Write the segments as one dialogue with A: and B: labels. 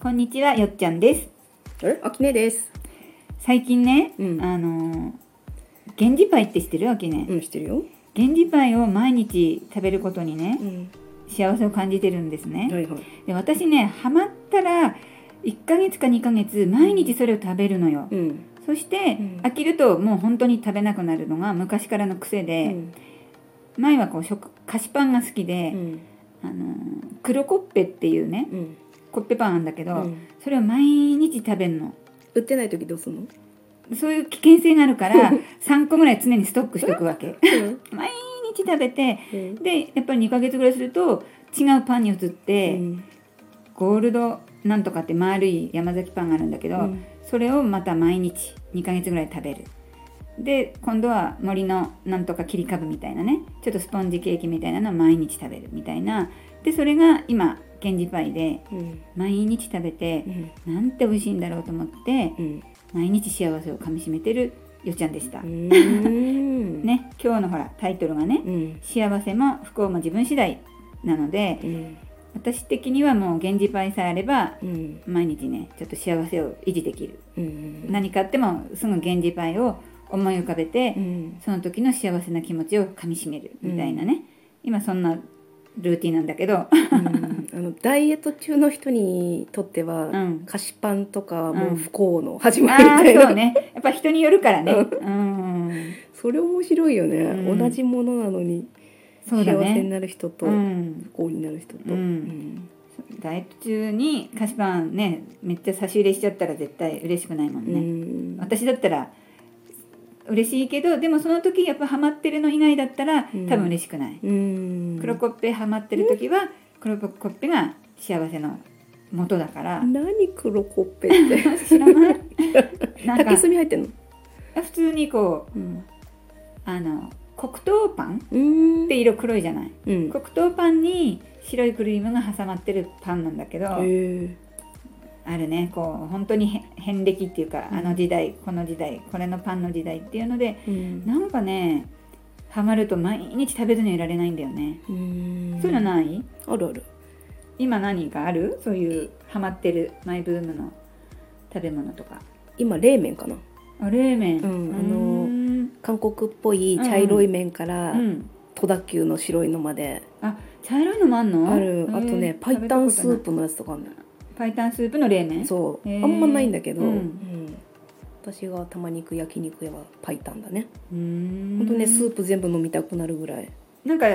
A: こんにちは、よっちゃんです。
B: あれあきねです。
A: 最近ね、
B: うん
A: あのー、源氏パイって知ってるわけね
B: う。ん、してるよ。
A: 源氏パイを毎日食べることにね
B: う、ん。
A: 幸せを感じてるんですね。
B: はいはい。
A: で、私ね、ハマったら、1ヶ月か2ヶ月、毎日それを食べるのよ。
B: うん。
A: そして、
B: うん
A: 飽きるともう本当に食べなくなるのが昔からの癖
B: う
A: で、
B: ん。
A: 前はこう食、菓子パンが好き
B: う
A: で、
B: ん。
A: あのー、黒コッペっていうね、
B: うん。
A: コッペパンなんだけど、
B: うん
A: それを毎日食べるの。
B: 売ってない時どうすんの？
A: そういう危険性があるから、3個ぐらい常にストックしとくわけ。
B: うん。
A: 毎日食べて、
B: うん
A: で、やっぱり2ヶ月ぐらいすると、違うパンに移って、ゴールドなんとかって丸い山崎パンがあるんだけど、
B: うん
A: それをまた毎日2ヶ月ぐらい食べる。で、今度は森のなんとか切り株みたいなね、ちょっとスポンジケーキみたいなのを毎日食べるみたいな。で、それが今、源氏パイで、
B: うん。
A: 毎日食べて
B: う、ん。
A: なんて美味しいんだろうと思って、
B: うん。
A: 毎日幸せをかみしめてるよちゃんでした。
B: うん。。
A: ね、今日のほらタイトルがね
B: うん。
A: 「幸せも不幸も自分次第」なので
B: うん。
A: 私的にはもう源氏パイさえあれば
B: うん。
A: 毎日ねちょっと幸せを維持できる
B: うん。
A: 何かあってもすぐ源氏パイを思い浮かべて、
B: うん。
A: その時の幸せな気持ちをかみしめるみたいなね、今そんなルーティンなんだけど
B: うんあのダイエット中の人にとっては、
A: うん
B: 菓子パンとか
A: ん
B: もう不幸の始 まりみ
A: ああ
B: たいな、
A: そうねやっぱ人によるからねうん
B: それ面白いよね、
A: うん
B: 同じものなのに、
A: そうだ
B: 幸せに
A: ね
B: なる人と、
A: うん
B: 不幸になる人
A: う
B: と、
A: んダイエット中に菓子パンねめっちゃ差し入れしちゃったら絶対嬉しくないもん
B: う
A: ね、
B: んうん
A: 私だったら嬉しいけどでもその時やっぱハマってるの以内だったら
B: うん
A: 多分嬉しくない、
B: うん
A: 黒コッペハマってる時は黒コッペが幸せの元だから、
B: 何黒コッペって
A: 知ら ないなんか
B: 竹炭入ってんの
A: 普通にこう
B: うん
A: あの黒糖パン
B: うん
A: って色黒いじゃない
B: うん
A: 黒糖パンに白いクリームが挟まってるパンなんだけど、
B: へ
A: あるねこう本当にへ遍歴っていうか
B: うん
A: あの時代この時代これのパンの時代っていうので
B: えうん
A: なんかねハマると毎日食べずにはいられないんだよね、
B: うん
A: そういうのない
B: あるある
A: 今何かあるそういうハマってるマイブームの食べ物とか
B: 今冷麺かな
A: あ冷麺
B: うんあ
A: う
B: の
A: ーん
B: 韓国っぽい茶色い麺から
A: うん
B: 戸田急の白いのまで
A: 茶色いのもあんの
B: あるあと
A: へ
B: ね
A: ー
B: パイタンスー
A: 食べたこと
B: プのやつとかあるの
A: ないパイタンスープの冷麺
B: そう
A: へー
B: あんまないんだけど
A: うん
B: うん私がたまに行く焼肉屋はパイタンだね
A: うーん
B: ほんとねスープ全部飲みたくなるぐらい
A: なんか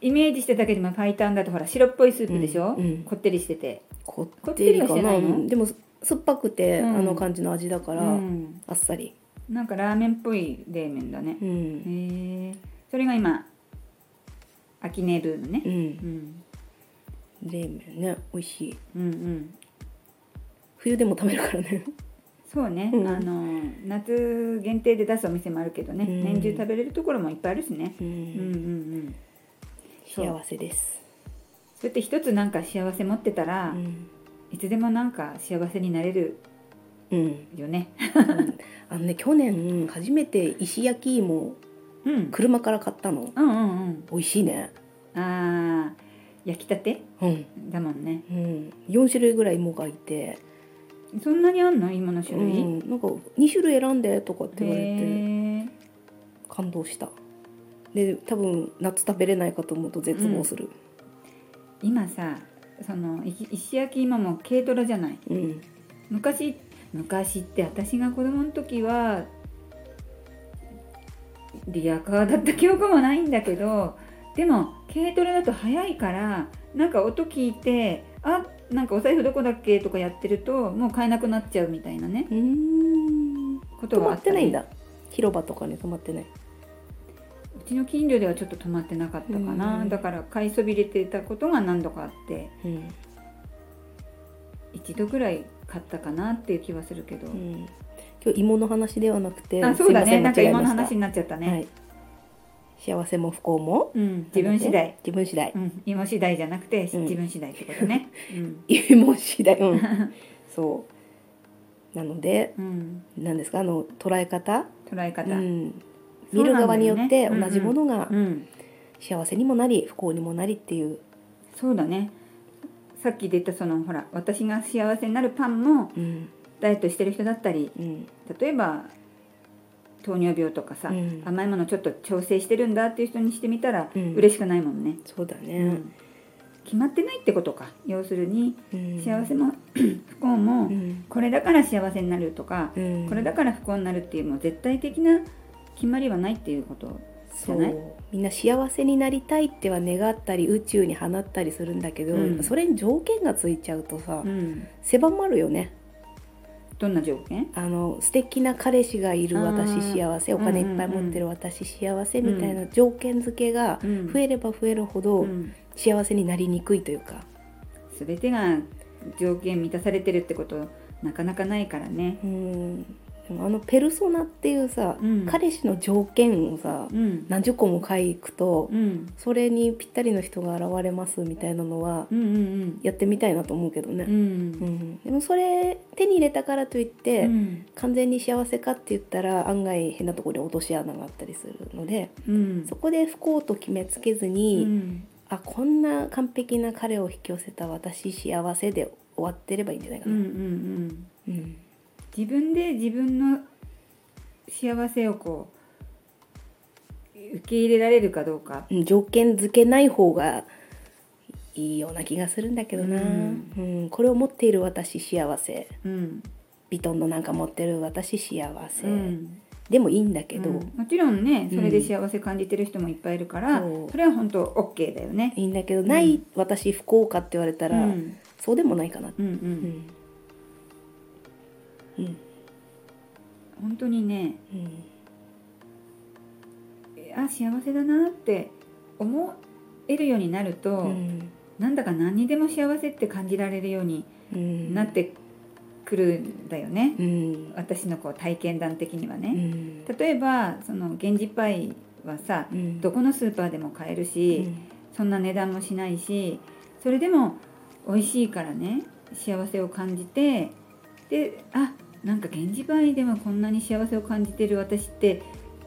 A: イメージしてたけどもパイタンだとほら白っぽいスープでしょ、
B: うんうん
A: こってりしてて
B: こってり
A: こ
B: か
A: ってりはして
B: な
A: ないの
B: でも酸っぱくて
A: うん
B: あの感じの味だから
A: うん
B: あっさり
A: なんかラーメンっぽい冷麺だね
B: う、ん
A: へえそれが今アキネブームね
B: う、ん
A: うん、
B: 冷麺ね美味しい
A: うんうん
B: 冬でも食べるから ね
A: そうね、
B: うん
A: あの夏限定で出すお店もあるけどね、
B: うん
A: 年中食べれるところもいっぱいあるしね、
B: う
A: うん、うんうんんそう
B: 幸せです
A: そうやって一つなんか幸せ持ってた
B: う
A: ら、
B: ん、
A: いつでもなんか幸せになれる
B: うん、
A: よね
B: あのね去年初めて石焼き芋を
A: うん
B: 車から買ったの
A: うんうん
B: 美味しいね
A: うんあー焼きたて
B: うん、
A: だもんね
B: うん、4種類ぐらい芋がいて、
A: そんなにあんの芋の
B: う
A: 種類、
B: ん、なんか2種類選んでとかって言われて
A: へー
B: 感動したで多分夏食べれないかと思うと絶望する
A: 今さそのい石焼き芋も軽トラじゃない
B: うん
A: 昔昔って私が子供の時はリアカーだった記憶もないんだけどでも軽トラだと早いからなんか音聞いてあなんかお財布どこだっけとかやってるともう買えなくなっちゃうみたいなね
B: うん
A: こと
B: 止
A: が
B: ま
A: あっ
B: っ
A: た
B: て
A: り
B: ないんだ広場とかに止まってないう
A: ちの近所ではちょっと止まってなかったかな、
B: うん
A: だから買いそびれてたことが何度かあって
B: うん
A: 一度ぐらい買ったかなっていう気はするけど、
B: うん今日芋の話ではなくて
A: あそうだ
B: すい
A: ねな
B: ま
A: んか
B: せ間違え
A: 今の
B: ました
A: 話になっちゃったね、
B: はい、幸せも不幸も
A: うん、自分次第
B: 自分次第
A: うん、芋次第じゃなくて、
B: うん
A: 自分次第ってこと ね。うん、
B: 芋次第うん そうなので
A: うん、
B: 何ですかあの捉え方、
A: 捉え
B: う
A: 方。
B: ん、
A: そ
B: 見
A: う
B: る
A: なんだよね
B: 側によって同じものが
A: うん、
B: 幸せにもなり不幸にもなりっていう
A: そうだね。さっき出たそのほら私が幸せになるパンも
B: うん
A: ダイエットしてる人だったり
B: うん
A: 例えば糖尿病とかさ、
B: うん
A: 甘いものちょっと調整してるんだっていう人にしてみたら
B: うん
A: 嬉しくないもんね、
B: そうだ
A: う
B: ね、
A: ん決まってないってことか要するに
B: うん
A: 幸せも 不幸も
B: うん
A: これだから幸せになるとか、
B: うん
A: これだから不幸になるっていうもう絶対的な決まりはないっていうことじゃ
B: そ
A: ないう
B: みんな幸せになりたいっては願ったり宇宙に放ったりするんだけど、
A: うん
B: それに条件がついちゃうとさ、
A: うん、
B: 狭まるよね
A: どんな条件
B: あの素敵な彼氏がいる
A: あ
B: 私
A: ー
B: 幸せお金いっぱい持ってる私幸せみたいな
A: う
B: 条件付けが
A: うん
B: 増えれば増えるほど
A: うん
B: 幸せになりにくいというか、
A: 全てが条件満たされてるってことなかなかないからね。
B: うん、でもあのペルソナっていうさ、
A: うん
B: 彼氏の条件をさ
A: うん
B: 何十個も書いくと
A: うん
B: それにぴったりの人が現れますみたいなのは
A: うんうん
B: やってみたいなと思うけど
A: う
B: ね、うん
A: ん
B: でもそれ手に入れたからといって、
A: うん
B: 完全に幸せかって言ったら案外変なところに落とし穴があったりするので。
A: うん
B: そこで不幸と決めつけず
A: う
B: に、
A: ん
B: あこんな完璧な彼を引き寄せた私幸せで終わってればいいんじゃないか
A: うんう
B: な。
A: ん
B: うん
A: 自分で自分の幸せをこう受け入れられるかどうか
B: うん条件付けない方がいいような気がするんだけどな、
A: う
B: うんんこれを持っている私幸せ
A: うん、
B: ビトンのなんか持ってる私幸せ、
A: うん
B: でもいいんだけど、
A: うんもちろんねそれで幸せ感じてる人もいっぱいいるから、
B: そう
A: それは本当 OK だよね。
B: いいんだけどない私不幸かって言われた
A: う
B: ら、
A: ん
B: そうでもないかな。
A: う
B: うん
A: うん、
B: んうん
A: 本当にね
B: うん
A: あ幸せだなって思えるようになると、
B: うん
A: なんだか何にでも幸せって感じられるように
B: うん
A: なってくるんだよね、
B: うん
A: 私のこう体験談的には
B: う
A: ね、
B: ん
A: 例えばその源氏パイはさ、
B: うん
A: どこのスーパーでも買える
B: う
A: し、
B: ん
A: そんな値段もしないしそれでも美味しいからね幸せを感じてであなんか源氏パイでもこんなに幸せを感じてる私って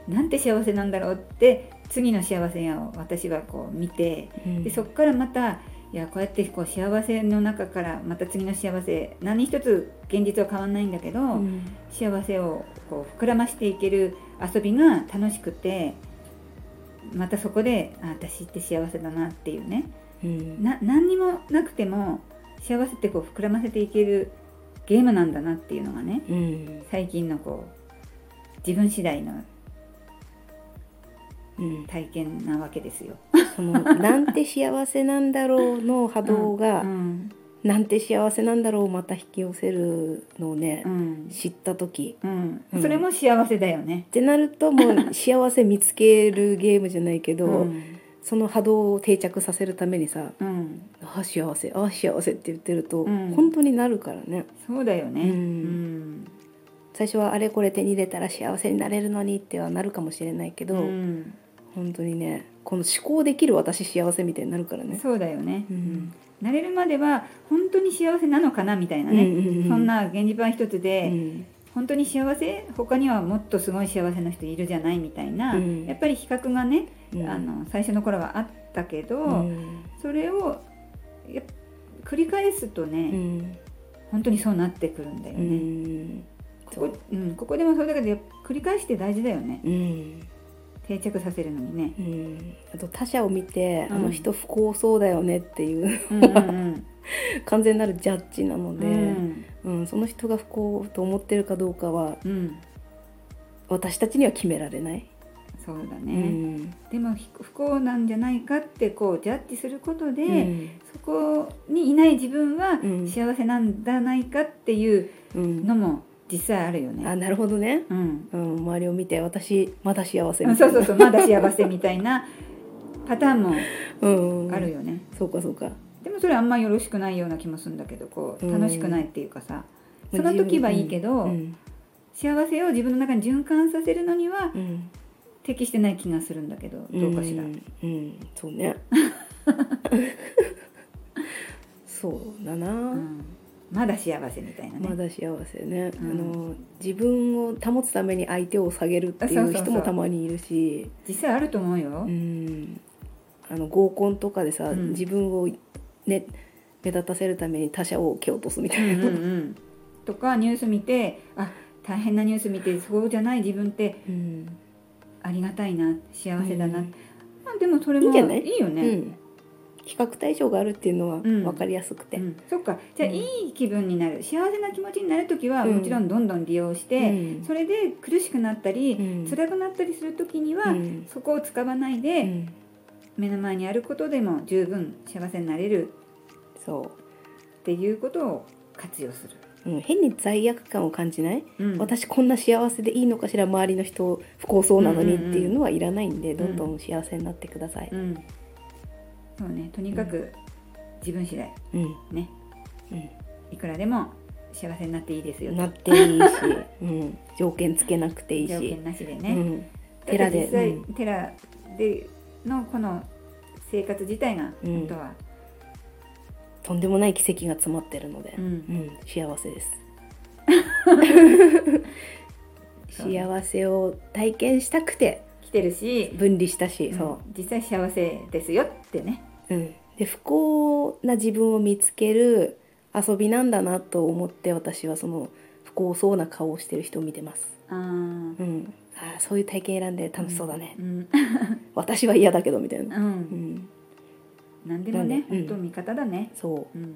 A: なんて幸せなんだろうって次の幸せを私はこう見てでそこからまたいやこうやってこう幸せの中からまた次の幸せ何一つ現実は変わんないんだけど、
B: うん
A: 幸せをこう膨らましていける遊びが楽しくてまたそこであ私って幸せだなっていうね
B: うん
A: な何にもなくても幸せってこう膨らませていけるゲームなんだなっていうのがね
B: うん
A: 最近のこう自分次第の
B: うん
A: 体験なわけですよ。
B: その「なんて幸せなんだろう」の波動が
A: う
B: 「
A: ん
B: なんて幸せなんだろう」をまた引き寄せるのをね
A: うん
B: 知った時
A: うん
B: うん
A: それも幸せだよね
B: っ。てなるともう幸せ見つけるゲームじゃないけ
A: う
B: ど
A: ん
B: その波動を定着させるためにさ
A: うん
B: 「ああ幸せああ幸せ」って言ってると
A: うん
B: 本当になるからね
A: そうだよね。
B: うん
A: うん
B: 最初はあれこれ手に入れたら幸せになれるのにってはなるかもしれないけ
A: う
B: ど
A: ん
B: 本当にねこの思考できる私幸せみたいになるからね。
A: そうだよね。
B: うん
A: 慣れるまでは本当に幸せなのかなみたいなね、
B: うんうんうん
A: そんな現実版一つ
B: う
A: で、
B: ん
A: 本当に幸せ他にはもっとすごい幸せな人いるじゃないみたいな、
B: うん
A: やっぱり比較がね、
B: うん
A: あの最初の頃はあったけど、
B: うん
A: それをやっ繰り返すとね、
B: うん
A: 本当にそうなってくるんだよ
B: う
A: ね。
B: ん
A: ここうん、ここでもそうだけどやっぱ繰り返して大事だよね
B: うん
A: 定着させるのに ね。
B: うんあと他者を見て、
A: うん
B: あの人不幸そうだよねっていう
A: うんうん
B: 完全なるジャッジなの
A: うんう
B: で、うん
A: ん
B: その人が不幸と思ってるかどうかは
A: うん
B: 私たちには決められない。
A: そうだ
B: う
A: ね。
B: ん
A: でもひ不幸なんじゃないかってこうジャッジすることで、
B: うん
A: そこにいない自分は
B: うん
A: 幸せなんじゃないかっていう
B: うん
A: のも実際あるよ
B: あ
A: ね。
B: なるほどね、
A: うん、
B: うん、周りを見て私まだ幸
A: そ
B: せ
A: う
B: みたいな
A: そうそうまだ幸せみたいな パターンも
B: うん、
A: あるよね。
B: そうかそうか
A: でもそれあんまよろしくないような気もするんだけどこう
B: うん
A: 楽しくないっていうかさその時はいいけど、
B: うん
A: 幸せを自分の中に循環させるのには
B: うん
A: 適してない気がするんだけどどうかしら。
B: ん、うん、そうね そうだな、
A: うんまだ幸せみたいなね。
B: まだ幸せね、
A: うん
B: あの自分を保つために相手を下げるってい
A: あそうそう
B: う
A: そう
B: 人もたまにいるし
A: 実際あると思うよ。
B: うんあの合コンとかでさ、
A: うん
B: 自分をね目立たせるために他者を蹴落とすみた
A: うんう
B: い
A: ん
B: な、
A: うんとかニュース見てあ大変なニュース見てそうじゃない自分って
B: うん
A: ありがたいな幸せだな、
B: うん
A: まあ、でもそれも
B: いいんじゃない
A: よね、
B: うん比較対象があるっていうのは
A: ん
B: 分かりやすくて、
A: うんそっかじゃあ、
B: うん
A: いい気分になる幸せな気持ちになる時は
B: うん
A: もちろんどんどん利用して、
B: うん
A: それで苦しくなったり、
B: うん
A: 辛くなったりする時には、
B: うん
A: そこを使わないうで、
B: ん
A: 目の前にあることでも十分幸せになれる
B: そ
A: っていうことを活用する、
B: う、うん、変に罪悪感を感じない、
A: うん
B: 私こんな幸せでいいのかしら周りの人不幸そうなのにっていうのはいらないんで、
A: んうんうん
B: どんどん幸せになってください、
A: うん、そうねとにかく自分次第
B: うん
A: ねいくらでも幸せになっていいです
B: う
A: よ
B: んなっていいし、 うん、条件つけなくていいし
A: 条件なしで
B: う
A: ね、
B: ん、
A: だ
B: 寺で
A: って実際、
B: うん
A: 寺でのこの生活自体が
B: うん
A: 本当は、
B: とんでもない奇跡が詰まってるので、
A: うん
B: うん幸せです
A: そう
B: 幸せを体験したくて
A: 来てるし、
B: 分離したし、そ
A: うん実際幸せですよってね
B: う、うん、で不幸な自分を見つける遊びなんだなと思って私はその不幸そうな顔をしてる人を見てます、
A: あー
B: うん、あーそういう体験選んで楽しそうだね、
A: うん、
B: 私は嫌だけどみたいな、
A: う、
B: うんん、
A: 何でもね
B: なんでう
A: 本
B: ん
A: 当味方だね、
B: そ
A: うん
B: う、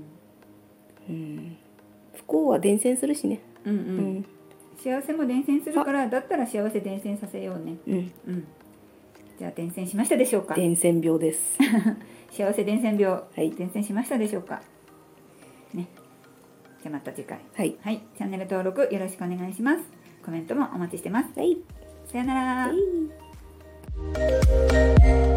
B: うん、不幸は伝染するしね、
A: うんう
B: うんん
A: 幸せも伝染するからだったら幸せ伝染させようね
B: うん、
A: うんじゃあ伝染しましたでしょうか
B: 伝染病です
A: 幸せ伝染病、
B: い
A: 伝染しましたでしょうかねじゃあまた次回
B: はい、
A: はいチャンネル登録よろしくお願いしますコメントもお待ちしてます
B: はい
A: さよなら
B: はい